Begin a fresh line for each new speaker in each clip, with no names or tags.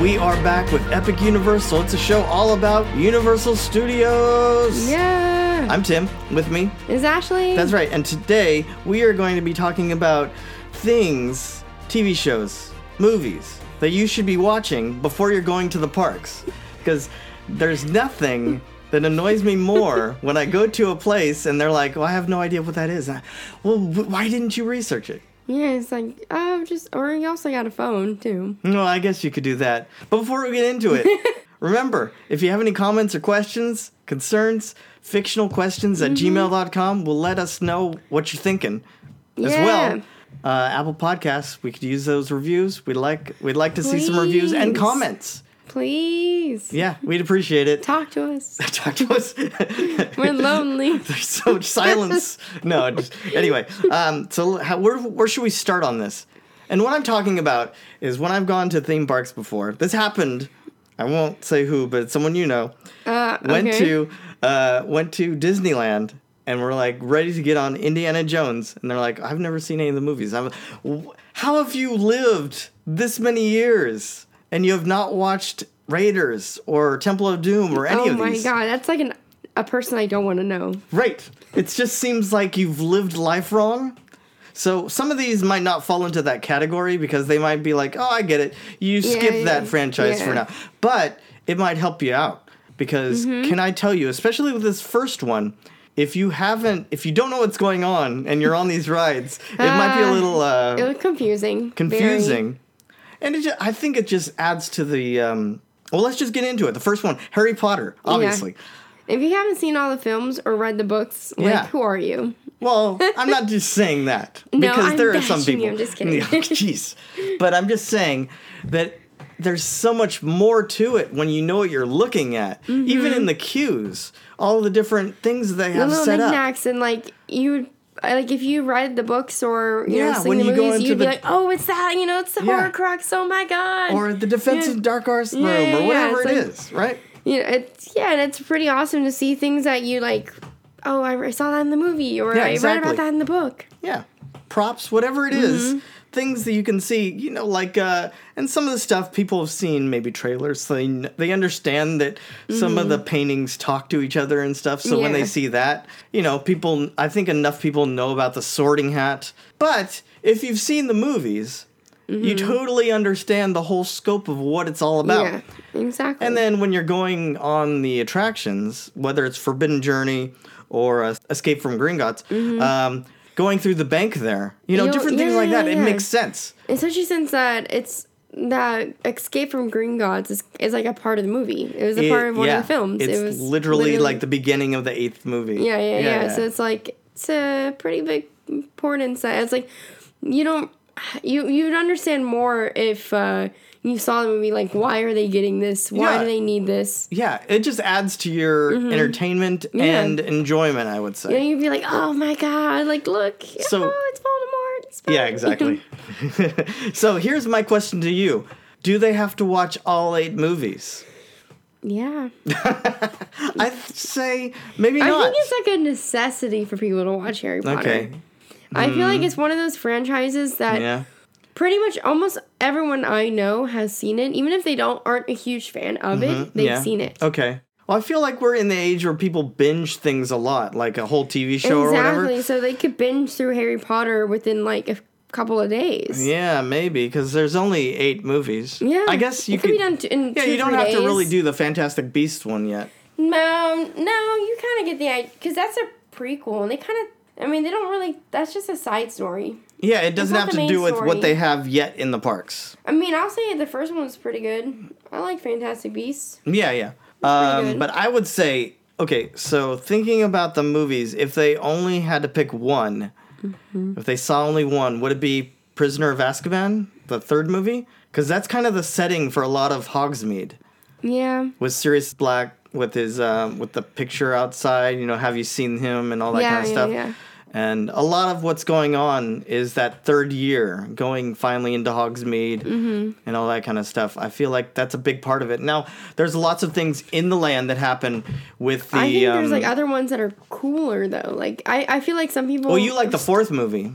we are back with Epic Universal. It's a show all about Universal Studios.
Yeah.
I'm Tim, with me.
is Ashley?
That's right, and today we are going to be talking about things, TV shows, movies that you should be watching before you're going to the parks. Because there's nothing that annoys me more when I go to a place and they're like, well, I have no idea what that is. And I, well, wh- why didn't you research it?
Yeah, it's like, oh, just, or you also got a phone, too.
Well, I guess you could do that. But before we get into it, remember if you have any comments or questions, concerns, fictional questions at
Mm-hmm.
gmail.com will let us know what you're thinking as
Yeah.
well. Uh, Apple Podcasts, we could use those reviews. We'd like we'd like to see some reviews and
Please.
comments.
Please.
Yeah, we'd appreciate it.
Talk to us.
Talk to us.
We're lonely.
There's so much silence. No, just, anyway. Um, so how, where where should we start on this? And what I'm talking about is when I've gone to theme parks before. This happened. I won't say who, but it's someone you know
Uh, okay.
went to uh, went to Disneyland and we're like ready to get on Indiana Jones, and they're like, I've never seen any of the movies. I'm, "Wh- how have you lived this many years and you have not watched Raiders or Temple of Doom or any
oh
of
my
these?
god, that's like an, a person I don't want to know.
Right. It just seems like you've lived life wrong. So some of these might not fall into that category because they might be like, "Oh, I get it. You skip
yeah,
that franchise for
yeah.
now." But it might help you out because
Mm-hmm.
can I tell you, especially with this first one, if you haven't if you don't know what's going on and you're on these rides, it might be a
Ah,
little uh,
It was confusing. Very.
confusing. And it just, I think it just adds to the um, well, let's just get into it. The first one, Harry Potter, obviously.
If you haven't seen all the films or read the books, like,
Yeah.
who are you?
Well, I'm not just saying that because
I'm
there are some
bashing
people.
you, I'm just kidding.
Yeah, Jeez, but I'm just saying that there's so much more to it when you know what you're looking at.
Mm-hmm.
Even in the cues, all the different things they have
little
set up.
knickknacks and like you would I- like if you read the books or you
Yeah,
know seen
when
the
you go
movies
into
you'd be
the-
like oh it's that you know it's the
Yeah.
Horcrux oh my god
Or the defensive dark arts room,
Yeah, yeah,
or
yeah,
whatever
it's
it
like-
is, right?
you know it's yeah and it's pretty awesome to see things that you like oh I, I saw that in the movie or
Yeah,
I read
exactly.
about that in the book
Yeah, props, whatever it
Mm-hmm.
is, things that you can see, you know, like uh, and some of the stuff people have seen, maybe trailers, so they kn- they understand that some of the paintings talk to each other and stuff. So when they
Mm-hmm. Yeah.
see that, you know, people, I think enough people know about the Sorting Hat. But if you've seen the movies, you totally understand the whole scope of what it's all about.
Mm-hmm. yeah exactly
And then when you're going on the attractions, whether it's Forbidden Journey or uh, Escape from Gringotts, um, going through the bank there, you know,
Mm-hmm. You'll-
different things
yeah,
like that,
yeah,
it
yeah.
makes sense.
especially since that it's that escape from Green Gods is, is like a part of the movie it was a part
It-
of one
yeah,
of the films
It's
it was
literally, like the beginning of the eighth movie.
Yeah, yeah, yeah. So it's like it's a pretty big porn insight. It's like you don't you you'd understand more if uh, you saw the movie. Like, why are they getting this? Why
Yeah.
do they need this?
yeah, it just adds to your
Mm-hmm.
entertainment and enjoyment, I would say.
And you'd be like, oh my god! Like, look,
So-
oh, it's Voldemort. It's
Yeah,
back.
exactly. so here's my question to you. Do they have to watch all eight movies?
yeah,
I say maybe
I
not.
think it's like a necessity for people to watch Harry Potter.
okay. Mm.
I feel like it's one of those franchises that
Yeah.
pretty much almost everyone I know has seen it, even if they don't aren't a huge fan of it. They've
Mm-hmm. Yeah.
seen it.
Okay. Well, I feel like we're in the age where people binge things a lot, like a whole TV show or
Exactly.
whatever.
So they could binge through Harry Potter within like a couple of days.
Yeah, maybe because there's only eight movies.
Yeah.
I guess you
it could, be done t- in
yeah,
two,
you don't
three
have to
days.
really do the Fantastic Beast one yet.
No, no, you kind of get the idea because that's a prequel, and they kind of. I mean, they don't really. That's just a side story.
Yeah, it doesn't
not
have to
the main
do with
story.
what they have yet in the parks.
I mean, I'll say the first one was pretty good. I like Fantastic Beasts.
Yeah, yeah.
pretty
Um,
good.
but I would say, okay, so thinking about the movies, if they only had to pick one,
Mm-hmm.
if they saw only one, would it be Prisoner of Azkaban, the third movie? Because that's kind of the setting for a lot of Hogsmeade.
Yeah.
with Sirius Black with his um, with the picture outside. You know, have you seen him and all that
Yeah,
kind of
yeah,
stuff.
yeah.
And a lot of what's going on is that third year going finally into Hogsmeade
Mm-hmm.
and all that kind of stuff. I feel like that's a big part of it. Now, there's lots of things in the land that happen with the.
I think
um,
there's like other ones that are cooler though. Like I, I feel like some people.
well, you like the fourth movie.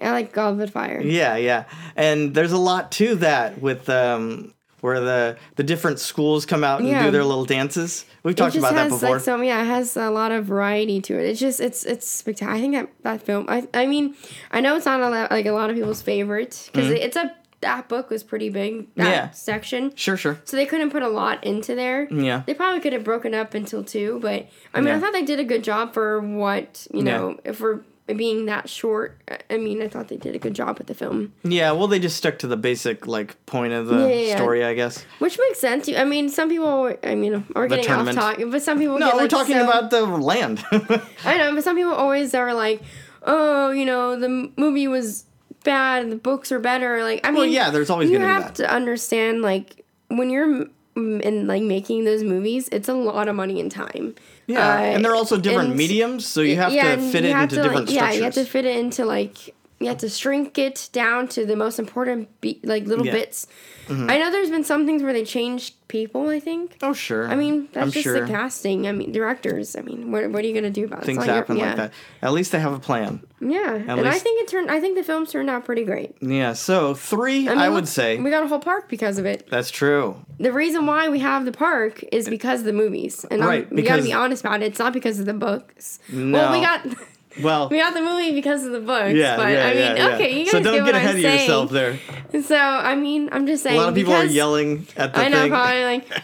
I like Goblet of Fire.
Yeah, yeah. And there's a lot to that with um where the the different schools come out and
Yeah.
do their little dances. We've
It
talked
just
about that
has
before.
like some yeah, it has a lot of variety to it. It's just it's it's spectacular. I think that that film. I I mean, I know it's not a lot, like a lot of people's favorite because it's a that book was pretty big that
Mm-hmm. Yeah.
section.
sure, sure.
So they couldn't put a lot into there.
Yeah.
They probably could have broken up until two, but I mean,
Yeah.
I thought they did a good job for what,
Yeah.
you know, for being that short. I- I mean, I thought they did a good job with the film,
Yeah, well, they just stuck to the basic like point of the
Yeah, yeah, yeah.
story, I guess.
which makes sense. You- I mean, some people, I mean, we're getting off
tournament.
topic, but some people
No,
get,
we're
like,
talking
so-
about the land.
I know, but some people always are like, oh, you know, the m- movie was bad, the books are better. Like, I mean,
yeah, there's always
you
gonna be
have
that.
to understand like when you're m- m- in like making those movies, it's a lot of money and time.
yeah,
Uh,
and they're also different
and-
mediums, so you have to
and
fit it
you have
into
to,
different
like,
structures.
Yeah, you have to fit it into like you have to shrink it down to the most important be- like little
Yeah. Mm-hmm.
bits. I know there's been some things where they changed people. I think.
oh, sure.
I mean, that's just the casting. I mean, directors. I mean, what, what are you gonna do about it? It's
Things
not your-
happen
yeah.
like that. At least they have a plan.
Yeah, and I
least-
think it turned. I think the films turned out pretty great.
Yeah, so three, I,
mean,
would
look,
say.
we got a whole park because of it.
that's true.
The reason why we have the park is because of the movies, and I'm-
Right,
we got to
because-
be honest about it. It's not because of the books.
No.
Well, we got
Well,
we got the movie because of the books.
yeah,
but
yeah,
I mean,
yeah, yeah.
okay, you guys
So don't get,
get, what
ahead
I'm
of
saying.
yourself there.
So I mean, I'm just saying.
A lot of people are
because-
yelling at the
I know,
thing.
probably like.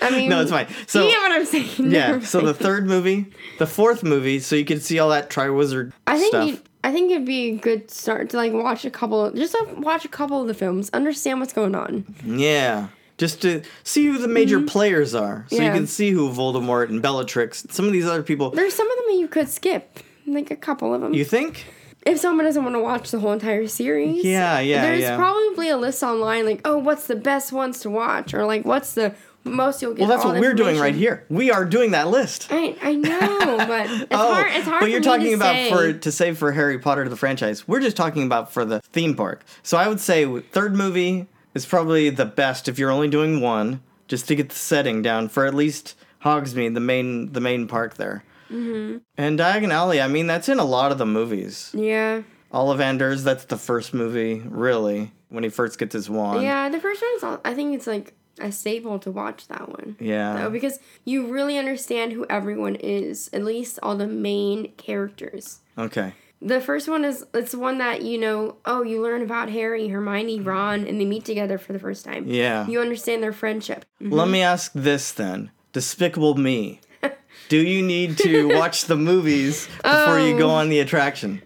I mean,
No, it's fine. So
you get what I'm saying.
yeah,
Never
so the
mind.
third movie, the fourth movie, so you can see all that Triwizard
I think
stuff.
you, I think it'd be a good start to like watch a couple, just like, watch a couple of the films, understand what's going on.
Yeah. Just to see who the major players are. So you
Mm-hmm. Yeah.
can see who Voldemort and Bellatrix, some of these other people.
There's some of them you could skip, like a couple of them.
You think?
if someone doesn't want to watch the whole entire series,
Yeah, yeah,
there's
yeah.
probably a list online, like oh, what's the best ones to watch, or like what's the most you'll get.
Well, that's
all
what
the
we're doing right
information.
here. We are doing that list.
I, I know, but it's hard. It's hard.
Oh, but you're
for
talking
me to
about
say.
for to say for Harry Potter the franchise. We're just talking about for the theme park. So I would say third movie is probably the best if you're only doing one, just to get the setting down for at least Hogsmeade, the main the main park there.
Mm-hmm.
And Diagon Alley, I mean, that's in a lot of the movies.
yeah,
Ollivanders, that's the first movie, really, when he first gets his wand.
yeah. The first one's, all- I think it's like a staple to watch that one.
Yeah.
though, because you really understand who everyone is, at least all the main characters.
Okay.
The first one is it's one that you know. Oh, you learn about Harry, Hermione, Ron, and they meet together for the first time.
Yeah.
you understand their friendship.
Let me ask this then Despicable Me. Do you need to watch the movies before you go
Oh.
on the attraction?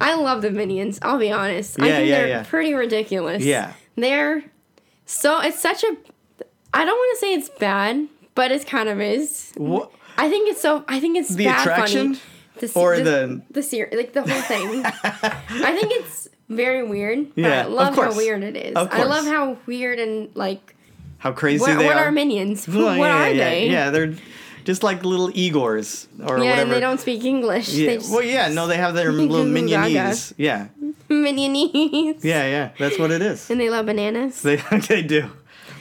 I love the minions. I'll be honest. I
Yeah,
think
yeah,
they're
yeah.
pretty ridiculous.
Yeah.
they're so it's such a. I don't want to say it's bad, but it kind of is.
What?
I think it's so. I think it's
The
bad
attraction?
funny. The, se-
Or the-
the the series, like the whole thing. I think it's very weird. But
Yeah,
I
of
love how
course.
weird it is.
Of
I love
course.
how weird and like
How crazy
what,
they
what
are.
are minions?
Well,
what
yeah,
are
yeah,
they?
Yeah, they're just like little Igors or
Yeah,
whatever.
and they don't speak English.
yeah.
They just
well, yeah, no, they have their little
Goo Goo Gaga.
minionese. Yeah,
minionese.
yeah, yeah. That's what it is.
And they love bananas.
They they do.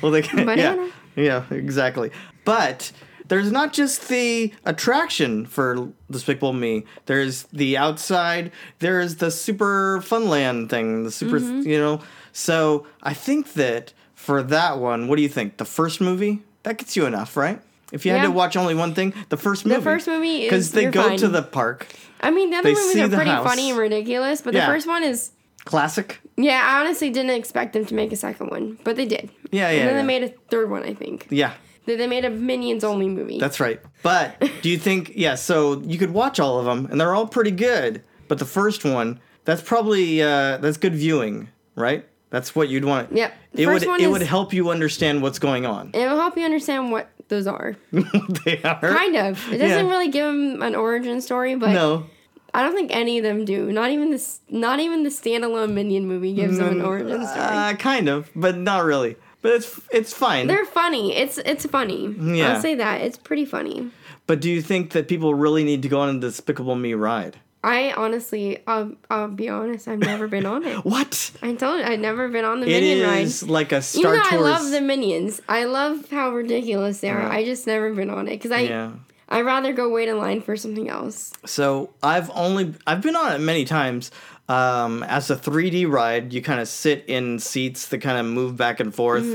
Well, they can.
Banana.
Yeah, yeah, exactly. But there's not just the attraction for Despicable Me. There's the outside. There's the Super Funland thing. The super,
Mm-hmm.
you know. So I think that for that one, what do you think? The first movie that gets you enough, right? If you had
Yeah.
to watch only one thing, the first movie.
first movie is-
because they
you're
go
fine.
to the park.
I mean, the other
They
movies
see
are
the
pretty
house.
funny and ridiculous, but
Yeah.
the first one is.
Classic.
Yeah, I honestly didn't expect them to make a second one, but they did.
Yeah, yeah,
And then
yeah.
they made a third one, I think.
Yeah,
Then They made a Minions only movie.
That's right. But do you think, yeah, so you could watch all of them and they're all pretty good. But the first one, that's probably, uh, that's good viewing, right? That's what you'd want.
Yep. The
It
first
would,
one
it would
is-
help you understand what's going on.
It'll help you understand what those are.
they are.
Kind of. It doesn't
Yeah.
really give them an origin story, but
No.
I don't think any of them do. Not even this. Not even the standalone Minion movie gives them an origin story.
Uh, kind of, but not really. But it's it's fine.
They're funny. It's it's funny.
Yeah.
I'll say that. It's pretty funny.
But do you think that people really need to go on a Despicable Me ride?
I honestly, I'll, I'll be honest. I've never been on it.
What?
I told you, I've never been on the
It
Minion ride.
is like a
Even
Star
though
Tours.
I love the minions, I love how ridiculous they are. I just never been on it because I
Yeah.
I'd rather go wait in line for something else.
So I've only I've been on it many times. Um, as a 3D ride, you kind of sit in seats that kind of move back and forth.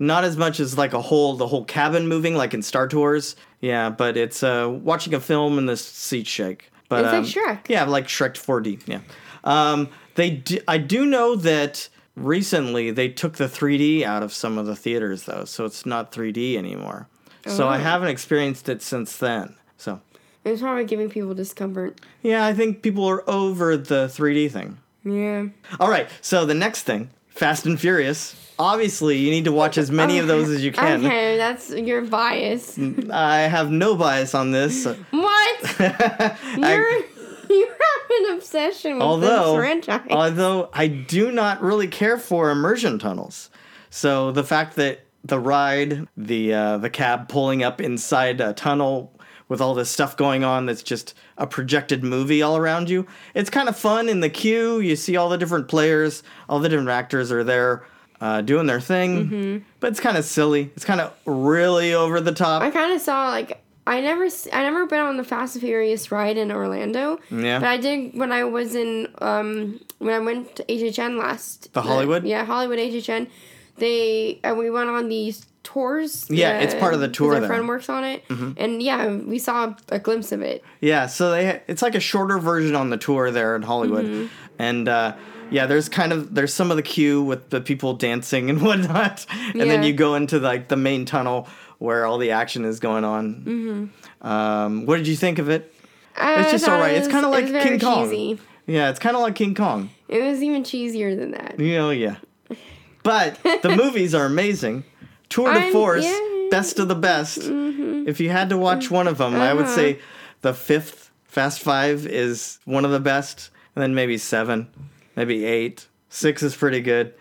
Not as much as like a whole the whole cabin moving like in Star Tours. Yeah, but it's uh, watching a film and the seats shake. But
It's like
um,
Shrek.
Yeah, like Shrek 4D. Yeah. Um, they d I I do know that recently they took the 3D out of some of the theaters though, so it's not 3D anymore. So I haven't experienced it since then. So
It's probably giving people discomfort.
yeah, I think people are over the 3D thing.
Yeah.
All right, so the next thing, Fast and Furious. Obviously, you need to watch as many of those as you can. Mm.
Okay, that's your bias.
I have no bias on this.
What? You're
I,
you have an obsession with
although,
this franchise.
although I do not really care for immersion tunnels, so the fact that the ride, the uh, the cab pulling up inside a tunnel with all this stuff going on that's just a projected movie all around you, it's kind of fun in the queue. You see all the different players, all the different actors are there. Uh, doing their thing, but it's kind of silly. It's kind of really over the top.
Mm-hmm. I kind of saw like I never s- I never been on the Fast and Furious ride in Orlando.
Yeah.
But I did when I was in um when I went to HHN last.
The Hollywood?
yeah, Hollywood HHN. They and we went on these tours.
Yeah, it's part of the
'cause
tour Mm-hmm.
Our
there.
friend works on it, and yeah, we saw a glimpse of it.
Yeah, so they it's like a shorter version on the tour there in Hollywood, and uh, yeah, there's kind of there's some of the queue with the people dancing and whatnot, and then
Yeah.
you go into like the main tunnel where all the action is going on. Um, what did you think of it?
I
It's just
thought
all right.
it
it's
was-
kind of
it
like
was very
King Kong.
cheesy.
Yeah, it's kind of like King Kong.
It was even cheesier than that.
You know, Oh, yeah. But the movies are amazing. Tour de
I'm- Mm-hmm.
force,
yeah.
best of the best. If you had to watch one of them, I
Uh-huh.
would say the fifth Fast Five is one of the best, and then maybe seven, maybe eight. Six is pretty good.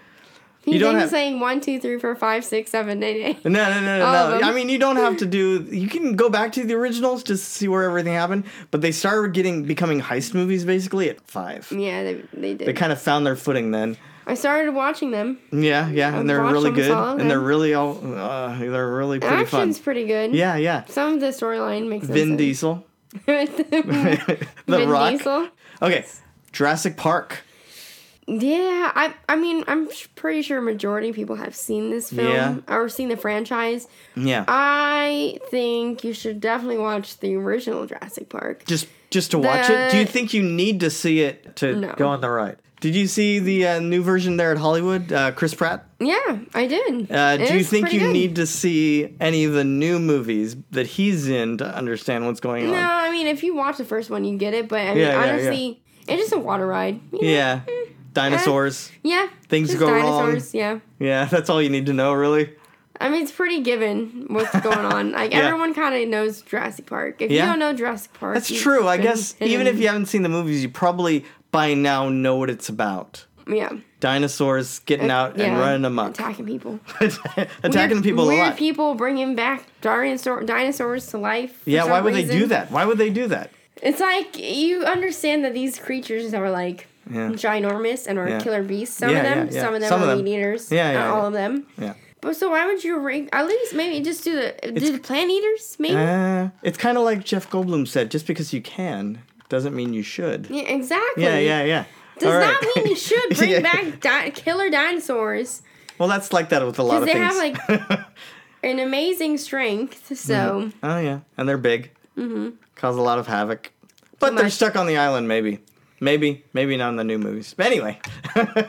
He
You
you
don't have-
saying one, two, three, four, five, six, seven, eight, eight.
No, no, no,
All
no,
of
no. I
'em.
mean, you don't have to do. You can go back to the originals just to see where everything happened. But they started getting becoming heist movies basically at five.
Yeah, they, they did.
They kind of found their footing then.
I started watching them.
Yeah, yeah, and they're
watch
really
almost
good,
all of
and they're
them.
really all. Uh, they're really pretty fun.
Action's pretty good.
Yeah, yeah.
Some of the storyline makes
Vin
no sense.
Diesel.
Vin
the Rock.
Diesel.
Okay. Jurassic Park.
Yeah, I I mean I'm sh- pretty sure majority of people have seen this film
Yeah.
or seen the franchise.
Yeah.
I think you should definitely watch the original Jurassic Park.
just just to watch it. Do you
the-
think you need to see it to
No.
go on the ride? Did you see the uh, new version there at Hollywood, uh, Chris Pratt?
Yeah, I did.
Uh,
It
do you
was
think
pretty
you
good.
need to see any of the new movies that he's in to understand what's going
No,
on?
I mean if you watch the first one, you get it. But I mean
Yeah, yeah, yeah.
honestly, it's just a water ride. You know?
Yeah.
Eh.
Dinosaurs.
Yeah.
Things
just
go wrong.
dinosaurs, Yeah.
Yeah, that's all you need to know, really.
I mean, it's pretty given what's going on. Like
Yeah.
everyone kind of knows Jurassic Park. If
Yeah.
you don't know Jurassic Park,
That's true. I guess even if you haven't seen the movies, you probably by now know what it's about.
you yeah,
Dinosaurs getting out and
Yeah.
running amok.
attacking people,
attacking
Weird-
people a
weird
lot.
people bringing back dinosaur dinosaurs to life. for
yeah,
some
why would they do
reason.
that? Why would they do that?
It's like you understand that these creatures are like
Yeah.
ginormous and are
Yeah.
killer beasts. Some
Yeah,
of them,
yeah, yeah.
some of them
Some of
are
them.
meat eaters.
Yeah,
not
yeah,
all
yeah.
of them.
Yeah.
But so why would you rank? At least maybe just do the do the plant eaters. Maybe
Uh, it's kind of like Jeff Goldblum said just because you can doesn't mean you should.
yeah, exactly.
Yeah, yeah, yeah.
Does
All
not
right.
mean you should bring
Yeah.
back di- killer dinosaurs
Well, that's like that with a lot of
because they
things.
have like an amazing strength. So
oh, yeah. And they're big. Mm-hmm. Cause a lot of havoc. But they're
much.
stuck on the island, maybe. Maybe. Maybe not in the new movies. But anyway.
no,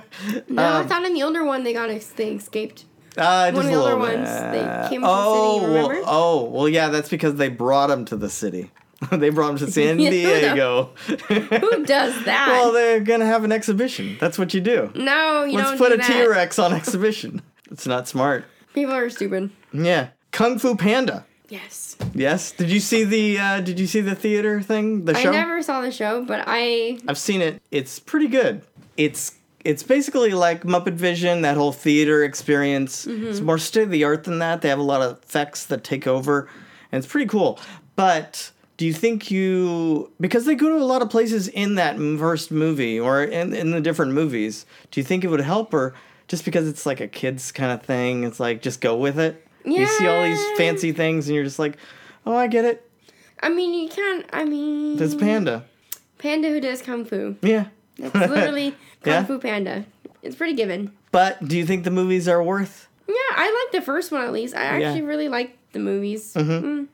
Um,
I thought in the older one they got ex- they escaped.
Uh,
One
just
of
a
the
little
other
bit.
ones, they came to the city,
oh,
remember?
Well, oh, well, yeah, that's because they brought them to the city. they brought them to San
Yeah, who
Diego.
Who does that?
well, they're going to have an exhibition. That's what you do.
no, you
Let's
don't
put
do
a
that.
T Rex on exhibition. It's not smart.
People are stupid.
Yeah. Kung Fu Panda.
Yes,
Yes. Did you see the uh, Did you see the theater thing? The show.
I never saw the show, but I
I've seen it. It's pretty good. It's it's basically like Muppet Vision, that whole theater experience.
Mm-hmm.
It's more state of the art than that. They have a lot of effects that take over, and it's pretty cool. But do you think you because they go to a lot of places in that m- first movie or in in the different movies? Do you think it would help or just because it's like a kids kind of thing? It's like just go with it. You see all these
Yeah.
fancy things, and you're just like, oh, I get it.
I mean, you can't. I mean,
It's Panda.
Panda who does kung fu.
Yeah.
Mm-hmm. That's literally Kung
Yeah.
Fu Panda. It's pretty given.
But do you think the movies are worth?
Yeah, I like the first one at least. I
Yeah.
actually really liked the movies. Mm.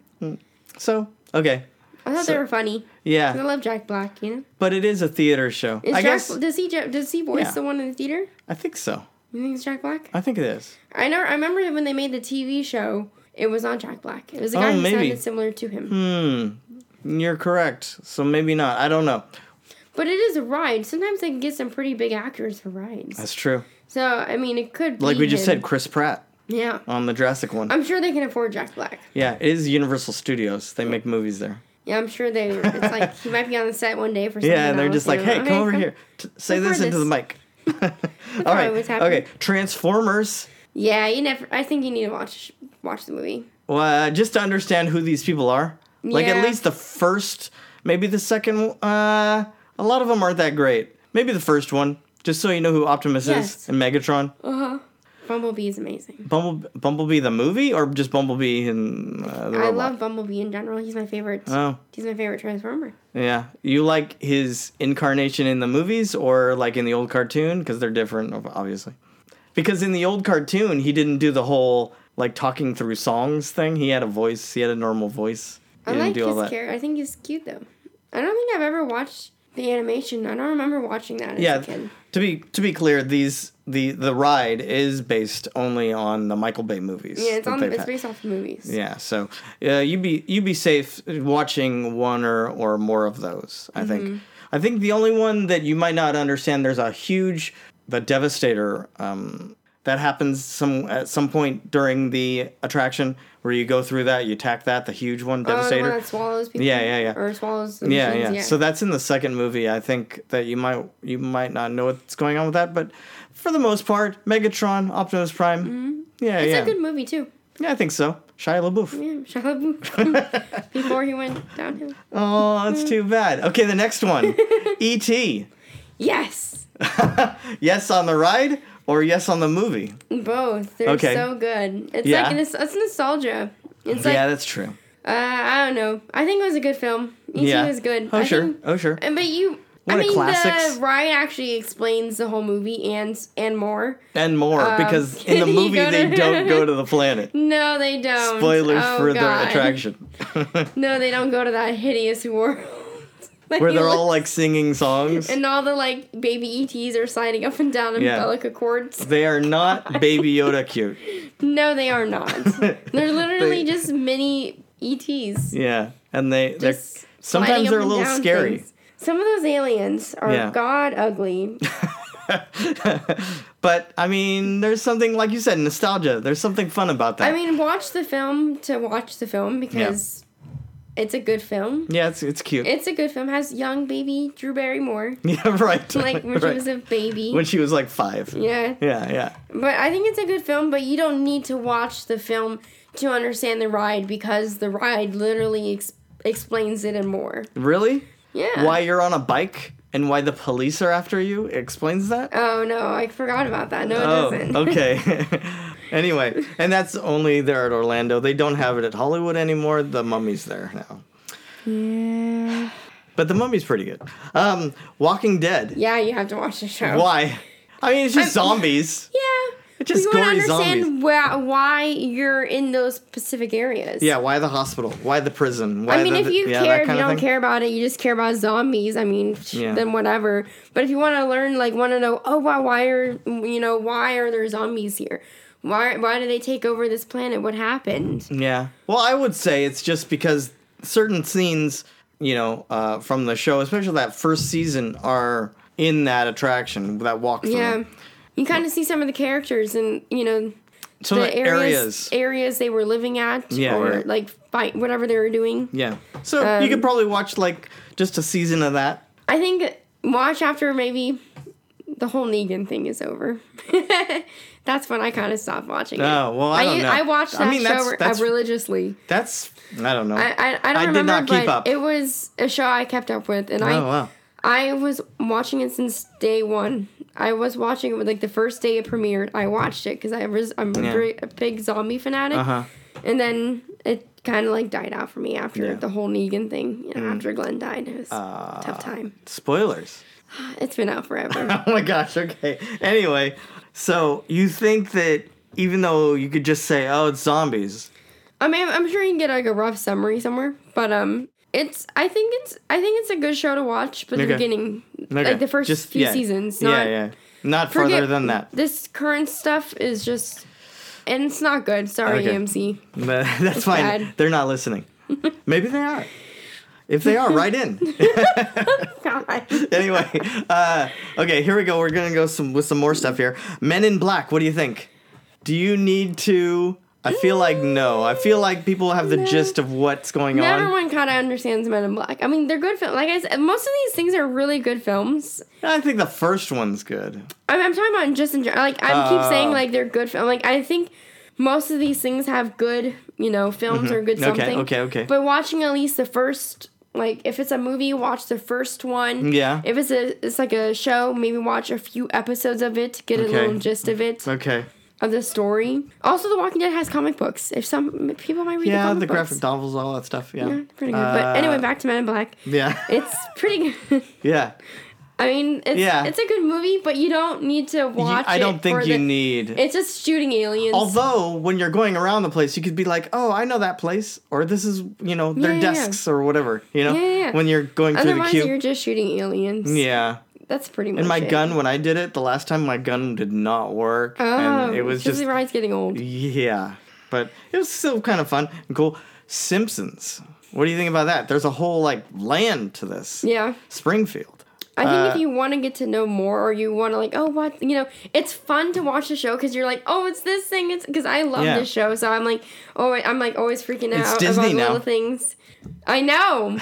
So okay.
I thought they
So-
were funny. 'Cause I
Yeah,
love Jack Black. You know,
but it is a theater show.
is
I
Jack
guess
does he Jack- does he voice
Yeah.
the one in the theater?
I think so.
You think it's Jack Black?
I think it is.
I know. I remember when they made the TV show. It was not Jack Black. It was a
Oh,
guy who
maybe.
sounded similar to him.
Hmm. You're correct. So maybe not. I don't know.
But it is a ride. Sometimes they can get some pretty big actors for rides.
That's true.
so I mean, it could
Like
be
we just
him.
said, Chris Pratt
Yeah,
on the Jurassic one.
I'm sure they can afford Jack Black.
Yeah, it is Universal Studios. They make movies there.
Yeah, I'm sure they. It's like he might be on the set one day for. something
Yeah, they're
else,
just
you
like,
know,
hey,
okay,
come over here. T- say
record
this into the
this."
mic. All
probably
right.
what's happening.
Okay. Transformers.
Yeah, you never. I think you need to watch watch the movie.
Well, uh, just to understand who these people are. Like
Yeah.
at least the first, maybe the second. Uh, a lot of them aren't that great. Maybe the first one, just so you know who Optimus
Yes.
is and Megatron.
Uh huh. Bumblebee is amazing.
Bumble, Bumblebee the movie, or just Bumblebee and uh, the
I
robot.
love Bumblebee in general. He's my favorite.
oh,
He's my favorite Transformer.
yeah. You like his incarnation in the movies, or like in the old cartoon, because they're different, ob- obviously. Because in the old cartoon, he didn't do the whole like talking through songs thing. He had a voice. He had a normal voice. He
I
didn't
like
do all
his
that.
character. I think he's cute though. I don't think I've ever watched the animation. I don't remember watching that as
yeah
a kid.
to be to be clear these the the ride is based only on the michael bay movies
Yeah, it's
that
on.
they've
It's
had.
based off the movies.
yeah so uh, you be you be safe watching one or or more of those i
Mm-hmm.
think i think the only one that you might not understand there's a huge the devastator um that happens some at some point during the attraction where you go through that you tack that the huge one
Oh, the
devastator
one that swallows people.
Yeah, yeah, yeah.
Or swallows. The
yeah,
machines,
yeah. So that's in the second movie. I think that you might you might not know what's going on with that, but for the most part, Megatron, Optimus Prime. Yeah,
Mm-hmm. it's
yeah.
a good movie too.
yeah, I think so. Shia LaBeouf.
Yeah, Shia LaBeouf. Before he went downhill.
Oh, that's too bad. Okay, the next one. E.T.
Yes,
Yes on the ride or yes on the movie?
both. They're
Okay.
so good. It's
Yeah.
like an, it's nostalgia. It's like
yeah, that's true.
uh, I don't know. I think it was a good film. E.T.
Yeah.
was E good.
Oh
I
sure.
Think,
oh sure.
and but you.
One
I
of
mean,
classics.
the ride actually explains the whole movie and and more.
And more because in the
Um, you
movie
go
they
to-
don't go to the planet.
No, they don't.
Spoilers
Oh,
for
God.
the attraction.
No, they don't go to that hideous world. Like,
Where they're
you
all like singing songs.
And all the like baby ETs are sliding up and down
Yeah.
umbilical cords.
They are not baby Yoda cute.
No, they are not. They're literally
They-
just mini ETs.
Yeah, and they they're
Just sliding
sometimes
up
they're a
and
little
down
scary,
things. Some of those aliens are
Yeah.
god ugly.
but I mean, there's something like you said, nostalgia. There's something fun about that.
I mean, watch the film to watch the film because it's a good film.
yeah, it's it's cute.
It's a good film. Has young baby Drew Barrymore
yeah, right.
like when she
Right.
was a baby.
when she was like five.
yeah.
Yeah, yeah,
But I think it's a good film, but you don't need to watch the film to understand the ride because the ride literally ex- explains it and more.
Really?
Yeah.
Why you're on a bike and why the police are after you explains that.
Oh no, I forgot about that. No, it
oh,
doesn't.
okay. anyway, and that's only there at Orlando. They don't have it at Hollywood anymore. The Mummy's there now,
Yeah.
but the Mummy's pretty good. Um, Walking Dead.
Yeah, you have to watch the show.
Why? I mean, it's just zombies.
Yeah.
It's just
you wanna
gory
understand why, why you're in those specific areas.
Yeah, why the hospital? Why the prison? Why
I mean,
the,
if you
yeah,
care,
that
if you
kind of
don't
thing.
care about it, you just care about zombies. I mean, psh,
Yeah.
then whatever. But if you want to learn, like, want to know, oh, why, why are you know, why are there zombies here? Why, why do they take over this planet? What happened?
Yeah. Well, I would say it's just because certain scenes, you know, uh, from the show, especially that first season, are in that attraction, that walkthrough.
Yeah, you kind of see some of the characters and you know
Some of the areas.
areas they were living at,
Yeah,
or
yeah.
like fight whatever they were doing.
Yeah. So you
Um,
could probably watch like just a season of that.
I think watch after maybe the whole Negan thing is over. that's when I kind of stopped watching.
Oh,
it.
well, I don't
u-
know.
I watched
I
that
mean,
show
that's-
re-
that's-
uh, religiously.
That's I don't know.
I, I, I don't
I did
remember,
not keep
but
up.
it was a show I kept up with, and I
oh wow.
I was watching it since day one. I was watching it with like the first day it premiered. I watched it because I was I'm a
Yeah.
bri- a big zombie fanatic,
Uh huh.
And then it kind of like died out for me after
Yeah. Mm. Ah.
the whole Negan thing. You know, after Glenn died, it was a tough time.
Spoilers.
It's been out forever.
Oh my gosh, okay. Anyway, so you think that even though you could just say, oh, it's zombies,
I mean, I'm sure you can get like a rough summary somewhere, but um, it's I think it's I think it's a good show to watch, but the
Okay.
beginning,
Okay,
like the first
just-
few
yeah.
seasons,
Yeah,
not
yeah. Not further than that.
This current stuff is just, and it's not good. Sorry,
Okay.
MC.
But that's fine.
bad.
They're not listening. Maybe they are. If they are, write in.
God.
anyway, uh, okay, here we go. We're gonna go some with some more stuff here. Men in Black. What do you think? Do you need to? I feel like no. I feel like people have the
No.
gist of what's going
Not
on.
everyone kind of understands Men in Black. I mean, they're good films. Like I said, most of these things are really good films.
I think the first one's good.
I'm, I'm talking about just in general. Like I
Uh.
keep saying, like they're good film. Like I think most of these things have good, you know, films or good
Mm-hmm. Okay,
something.
okay, okay.
But watching at least the first, like if it's a movie, watch the first one.
Yeah.
If it's a, it's like a show, maybe watch a few episodes of it, get
Okay.
a little gist of it
Okay.
of the story. Also, The Walking Dead has comic books. If some people might read,
Yeah,
the,
the,
comic
graphic Uh,
books.
novels, all that stuff. Yeah. Uh,
Yeah, pretty good. but anyway, back to Men in Black.
Yeah.
It's pretty good.
yeah.
I mean, it's,
Yeah.
it's a good movie, but you don't need to
You-
watch.
I
it
don't
for
think you
the-
need.
It's just shooting aliens.
Although when you're going around the place, you could be like, "Oh, I know that place," or "This is, you know, their
Yeah, yeah, yeah.
desks or whatever." You know,
Yeah, yeah, yeah.
when you're going through
Otherwise,
the queue.
you're just shooting aliens.
Yeah.
That's pretty much
And my
it.
gun, when I did it the last time, my gun did not work,
Oh,
and it was just
the ride's getting old.
yeah. But it was still kind of fun and cool. Simpsons. What do you think about that? There's a whole like land to this.
Yeah.
Springfield.
I think
Uh,
if you want to get to know more or you want to like, oh, what, you know, it's fun to watch the show because you're like, oh, it's this thing. It's because I love
Yeah.
this show. So I'm like, oh, I'm like always freaking out
Disney
about
now.
little things. I know.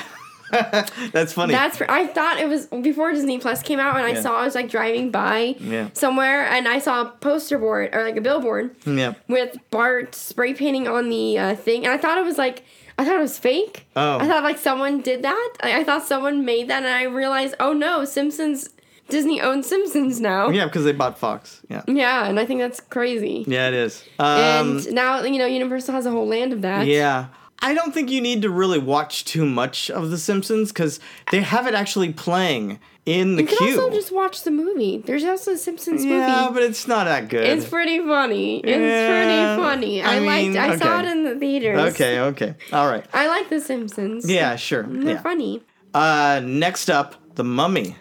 That's funny.
That's I thought it was before Disney Plus came out, and I
Yeah.
saw I was like driving by
Yeah.
somewhere, and I saw a poster board or like a billboard
yeah.
with Bart spray painting on the uh, thing, and I thought it was like I thought it was fake.
Oh.
I thought like someone did that. I, I thought someone made that, and I realized, oh no, Simpsons Disney owns Simpsons now.
Oh, Yeah, because they bought Fox. Yeah.
Yeah, and I think that's crazy.
Yeah, it is. Um,
and now you know Universal has a whole land of that.
yeah. I don't think you need to really watch too much of The Simpsons because they have it actually playing in the
You can
queue.
also just watch the movie. There's also a Simpsons movie.
yeah, but it's not that good.
It's pretty funny. It's
Yeah,
pretty funny. I,
I mean,
liked. I saw
okay.
it in the theaters.
okay, okay. All right.
I like The Simpsons.
Yeah, sure.
They're
Yeah.
funny.
Uh, next up, The Mummy.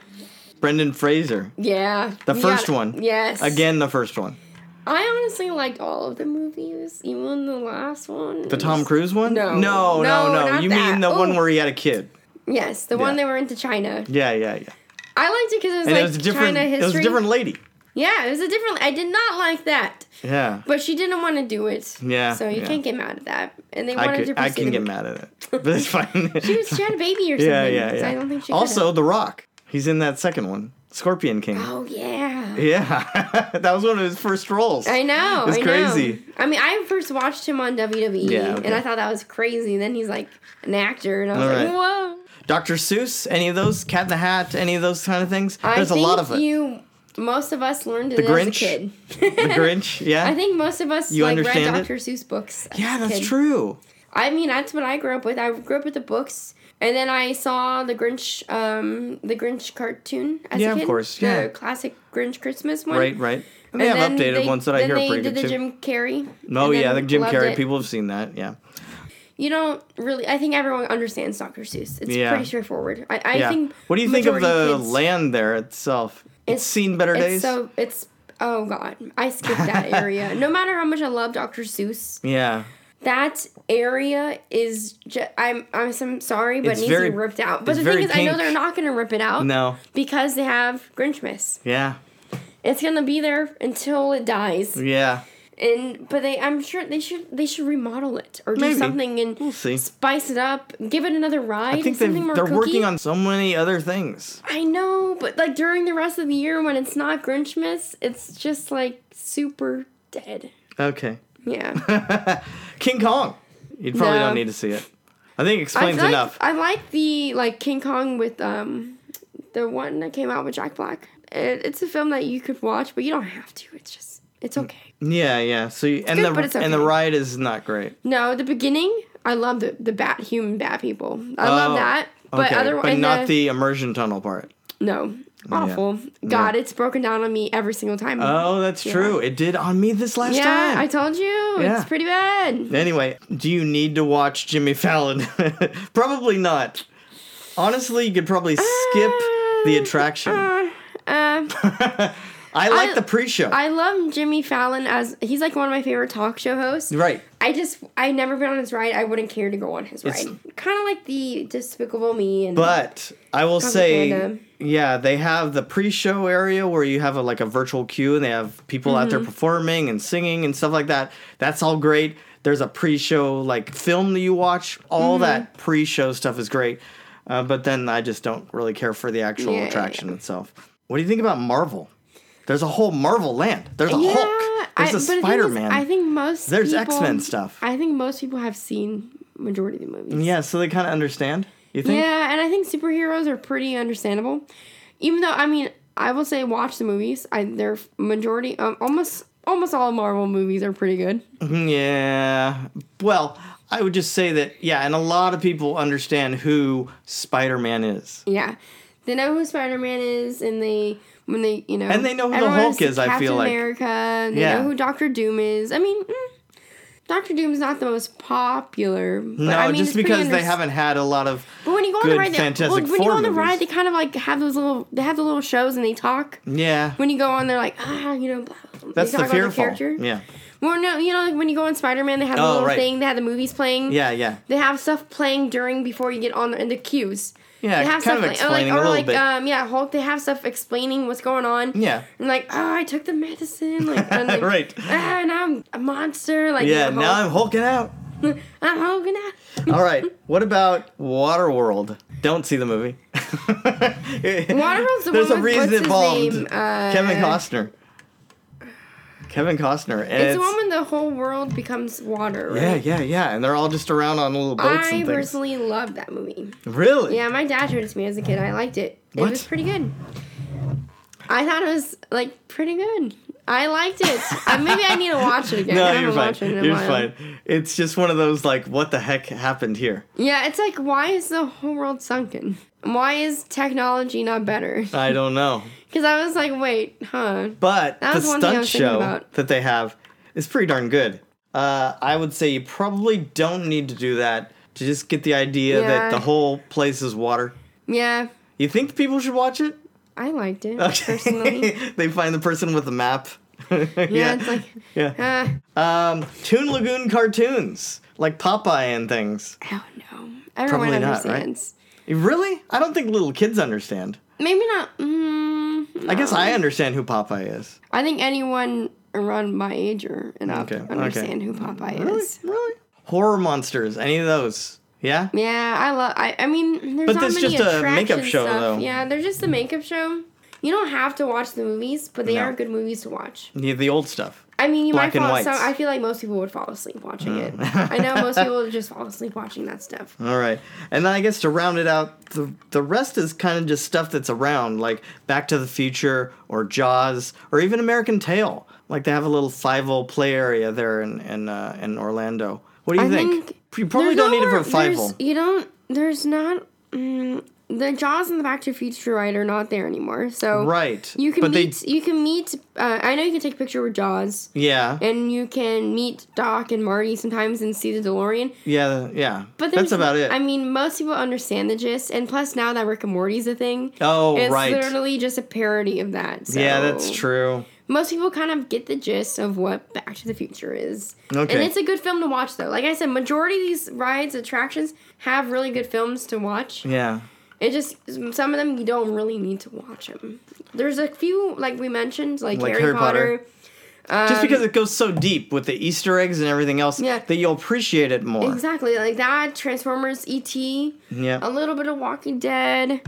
Brendan Fraser.
Yeah.
The
You
first
gotta-
one.
Yes.
Again, the first one.
I honestly liked all of the movies, even the last one.
The Tom Cruise one?
No.
No, no,
No,
no.
not
You mean
that. Oh.
the one
Ooh.
where he had a kid.
Yes, the
Yeah.
one they were into China.
Yeah, yeah, yeah.
I liked it because it was
And
like
it was a different
China
it
history.
was a different lady.
Yeah, it was a different. I did not like that,
Yeah.
but she didn't want to do it.
Yeah,
So you
yeah.
can't get mad at that, and they
I
wanted to
could
pursue.
I can
the-
get mad at it. But it's fine.
She, was, she had a baby or something.
yeah, yeah,
so
yeah.
I don't think she.
also, The Rock. He's in that second one. Scorpion King.
could've. Oh yeah.
Yeah. that was one of his first roles.
I know.
It's
I know.
crazy.
I mean, I first watched him on WWE,
Yeah, okay.
and I thought that was crazy. Then he's like an actor, and I was
All
like,
right.
whoa.
Dr. Seuss, any of those? Cat in the Hat, any of those kind of things?
I
There's a
think
lot of it.
you. Most of us learned it as a
Grinch?
kid.
the Grinch, yeah.
I think most of us
You
like read
understand it?
Dr. Seuss books. as
yeah,
a
that's
kid.
true.
I mean, that's what I grew up with. I grew up with the books, and then I saw the Grinch, um, the Grinch cartoon as
Yeah,
a
of
kid.
course,
the
yeah.
classic Grinch Christmas one.
Right, right. And they
And
have
then
updated
they-
ones that I
then
hear are
they
pretty
did
good too.
the Jim Carrey.
oh
and
yeah, the
then
Jim
loved
Carrey.
it.
People have seen that. Yeah,
you don't really. I think everyone understands Dr. Seuss. It's
Yeah.
pretty straightforward. I, I
yeah.
think.
what do you think of
majority
the
kids-
land there itself? It's,
It's-
seen better
It's
days.
so it's oh god, I skipped that area. No matter how much I love Dr. Seuss,
yeah,
that area is. Ju- I'm I'm so sorry, but
It's
it needs
very-
to be ripped out. But
it's
the thing
very
is, I know
pink.
they're not going to rip it out.
no,
Because they have Grinchmas,
yeah,
it's gonna be there until it dies,
yeah.
and but they, I'm sure they should they should remodel it or do
Maybe.
something and
We'll see.
spice it up, give it another ride.
I think they've,
something more
they're working
kooky.
on so many other things.
I know, but like during the rest of the year when it's not Grinchmas, it's just like super dead.
Okay,
Yeah.
King Kong. You probably
No.
don't need to see it. I think it
I
explains
like,
enough.
I like the like King Kong with um the one that came out with Jack Black. It, it's a film that you could watch, but you don't have to. It's just
Hmm.
It's okay.
Yeah, yeah. So you, and
good,
the
but it's
and the
okay.
ride is not great.
No, the beginning, I love the, the bat human bat people. I love
Oh,
that. But
okay,
other
but
and
not the, immersion tunnel part.
no awful. God, it's broken down on me every single time.
Oh, that's true. It did on me this last
yeah,
time.
I told you
Yeah.
it's pretty bad.
Anyway, do you need to watch Jimmy Fallon? probably not. Honestly, you could probably skip the attraction.
Uh, uh,
I like
I-
the pre-show.
I love Jimmy Fallon as he's like one of my favorite talk show hosts.
right.
I just I never been on his ride. I wouldn't care to go on his
It's-
ride. Kind of like the Despicable Me and
But I will say,
Propaganda.
yeah, they have the pre-show area where you have a, like a virtual queue, and they have people out there
Mm-hmm.
performing and singing and stuff like that. That's all great. There's a pre-show like film that you watch.
Mm-hmm.
All that pre-show stuff is great. Uh, but then I just don't really care for the actual
Yeah, yeah,
attraction itself. What do you think about Marvel? There's a whole Marvel land. There's a Hulk.
I-
There's a
but the thing is,
Spider Man.
I think most
There's
people-
X-Men stuff.
I think most people have seen majority of the movies.
yeah, so they kind of understand. You think?
Yeah, and I think superheroes are pretty understandable. Even though I mean, I will say watch the movies. I their majority um, almost almost all Marvel movies are pretty good.
Yeah. Well, I would just say that, yeah, and a lot of people understand who Spider Man is.
Yeah. They know who Spider Man is, and they when they you know
And they know who the
everyone
Hulk
sees
is, I
Captain
feel like.
America. and They
Yeah.
know who Doctor Doom is. I mean, mm, Doctor Doom's not the most popular. But
no,
I mean,
just
it's pretty
because they
underst-
haven't had a lot of.
But when you go on
good
the ride, they,
Fantastic
well, when you
Four
go on the
movies.
ride, they kind of like have those little they have the little shows and they talk.
Yeah.
When you go on, they're like ah, you know, blah, blah, blah.
That's
they
the
talk about their
fearful.
character.
yeah.
Well, no, you know, like when you go on Spider Man, they have the
Oh,
little
right.
thing. They have the movies playing.
Yeah, yeah.
They have stuff playing during before you get on the, in the queues.
Yeah,
they have
kind of
stuff like,
explaining a
or like, or
little
like
bit.
um yeah, Hulk. They have stuff explaining what's going on.
Yeah.
And like, oh, I took the medicine. Like, and like,
Right.
Ah, now I'm a monster. Like,
Yeah,
you know,
now
Hulk.
I'm hulking out.
I'm hulking out.
All right. What about Waterworld? Don't see the movie. Waterworld's
Waterworld's the one with- what's his name? Uh,
Kevin Costner. Kevin Costner. And
It's, the one when the whole world becomes water. Right?
yeah, yeah, yeah. And they're all just around on little boats
I
and things.
personally loved that movie.
Really?
Yeah, my dad showed it to me as a kid. I liked it. It
What?
was pretty good. I thought it was like pretty good. I liked it. uh, maybe I need to watch it again.
No,
I haven't
you're fine.
watched it in a
You're
while.
fine. It's just one of those like, what the heck happened here?
Yeah, it's like why is the whole world sunken? Why is technology not better?
I don't know.
Because I was like, wait, huh?
But
That
the
was one thing I
stunt
was thinking
show
about.
that they have is pretty darn good. Uh, I would say you probably don't need to do that to just get the idea that
Yeah.
the whole place is water.
Yeah,
You think people should watch it?
I liked it personally.
Okay. they find the person with the map. yeah,
Yeah, it's like,
yeah.
uh,
Um, Toon Lagoon cartoons like Popeye and things.
I don't know. Everyone
Probably not, right?
understands.
Really? I don't think little kids understand.
Maybe not. Mm,
I guess I understand who Popeye is.
I think anyone around my age or and up
Okay, okay.
understand who Popeye is.
Really? Horror monsters, any of those? Yeah?
Yeah, I love. I, I mean, there's
But
not
that's
many
just a
attraction
makeup show,
stuff.
though.
Yeah, they're just a makeup show. You don't have to watch the movies, but they
No.
are good movies to watch.
Yeah, the old stuff.
I mean, you
Black
might
and Mm.
fall. So
whites.
I feel like most people would fall asleep watching it. I know most people would just fall asleep watching that stuff.
All right. And then I guess to round it out, the, the rest is kind of just stuff that's around, like Back to the Future or Jaws or even American Tail. Like they have a little 5 play area there in, in, uh, in Orlando. What do you
I
think?
think
You probably
There's
don't need it
nowhere-
for oh. a 5
there's- You don't. There's not. Mm, the Jaws and the Back to the Future ride are not there anymore. So
Right.
You can
But they-
meet. you can meet. Uh, I know you can take a picture with Jaws.
Yeah.
and you can meet Doc and Marty sometimes and see the DeLorean.
Yeah. Yeah.
But
that's
there's-
about it.
I mean, most people understand the gist, and plus now that Rick and Morty's a thing,
oh,
it's
right.
literally just a parody of that. So
yeah, that's true.
Most people kind of get the gist of what Back to the Future is, and
Okay.
it's a good film to watch though. Like I said, majority of these rides attractions have really good films to watch.
Yeah.
It just some of them you don't really need to watch them. There's a few like we mentioned, like, Harry, Potter.
just because it goes so deep with the Easter eggs and everything else,
Um, Yeah.
that you'll appreciate it more.
Exactly, like that, Transformers, E.T.,
Yeah.
a little bit of Walking Dead,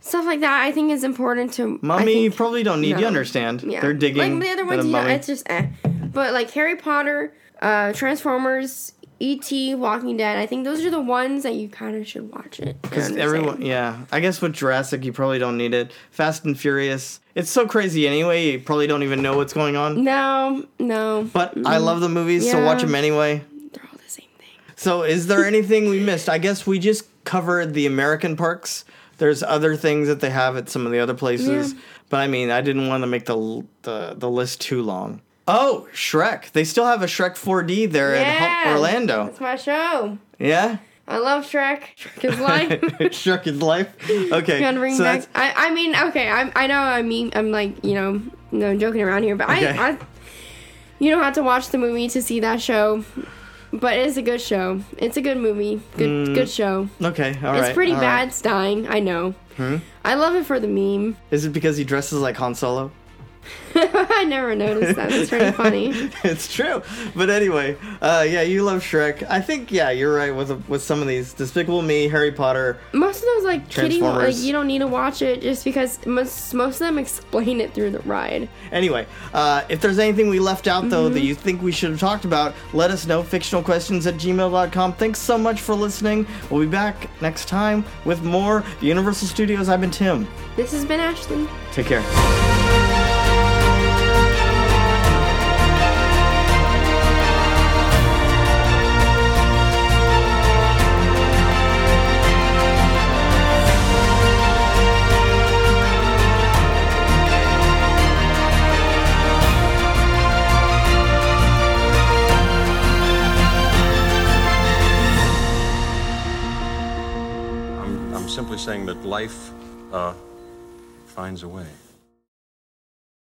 stuff like that. I think is important to. I
Mummy, you
think-
probably don't need. You
no.
understand?
yeah.
They're digging.
Like the other
that
ones,
a
you know,
mummy-
it's just eh. But like Harry Potter, uh, Transformers, E.T., Walking Dead. I think those are the ones that you kind of should watch it. I
Because
understand.
everyone, yeah. I guess with Jurassic, you probably don't need it. Fast and Furious, it's so crazy anyway. You probably don't even know what's going on.
No, no.
But I love the movies, so watch
Mm-hmm. Yeah.
them anyway.
They're all the same thing.
So, is there anything we missed? I guess we just covered the American parks. There's other things that they have at some of the other places,
Yeah.
but I mean, I didn't want to make the, the the list too long. Oh, Shrek! They still have a Shrek 4D there in
Yeah.
Ho- Orlando.
That's my show.
Yeah,
I love Shrek. Shrek is life.
Shrek is life. Okay,
Gonna bring
so
back.
that's-
I, I mean, okay. I, I know. I mean, I'm like, you know, no I'm joking around here, but
Okay.
I, I, you don't have to watch the movie to see that show, but it is a good show. It's a good movie. Good,
Hmm.
good show.
okay. All right,
it's pretty
all
bad.
right. Hmm?
It's dying. I know. I love it for the meme.
Is it because he dresses like Han Solo?
I never noticed that. It's pretty funny.
it's true. But anyway, uh, yeah, you love Shrek. I think yeah, you're right with with some of these Despicable Me, Harry Potter.
Most of those, like kidding, like
Transformers.
you don't need to watch it just because most most of them explain it through the ride.
Anyway, uh, if there's anything we left out, though, that you think we should have talked about, let us know. Fictionalquestions at gmail.com. Thanks so much for listening. We'll be back next time with more Universal Studios. I've been Tim.
This has been Ashton.
Take care.
I'm, I'm simply saying that life uh, finds a way.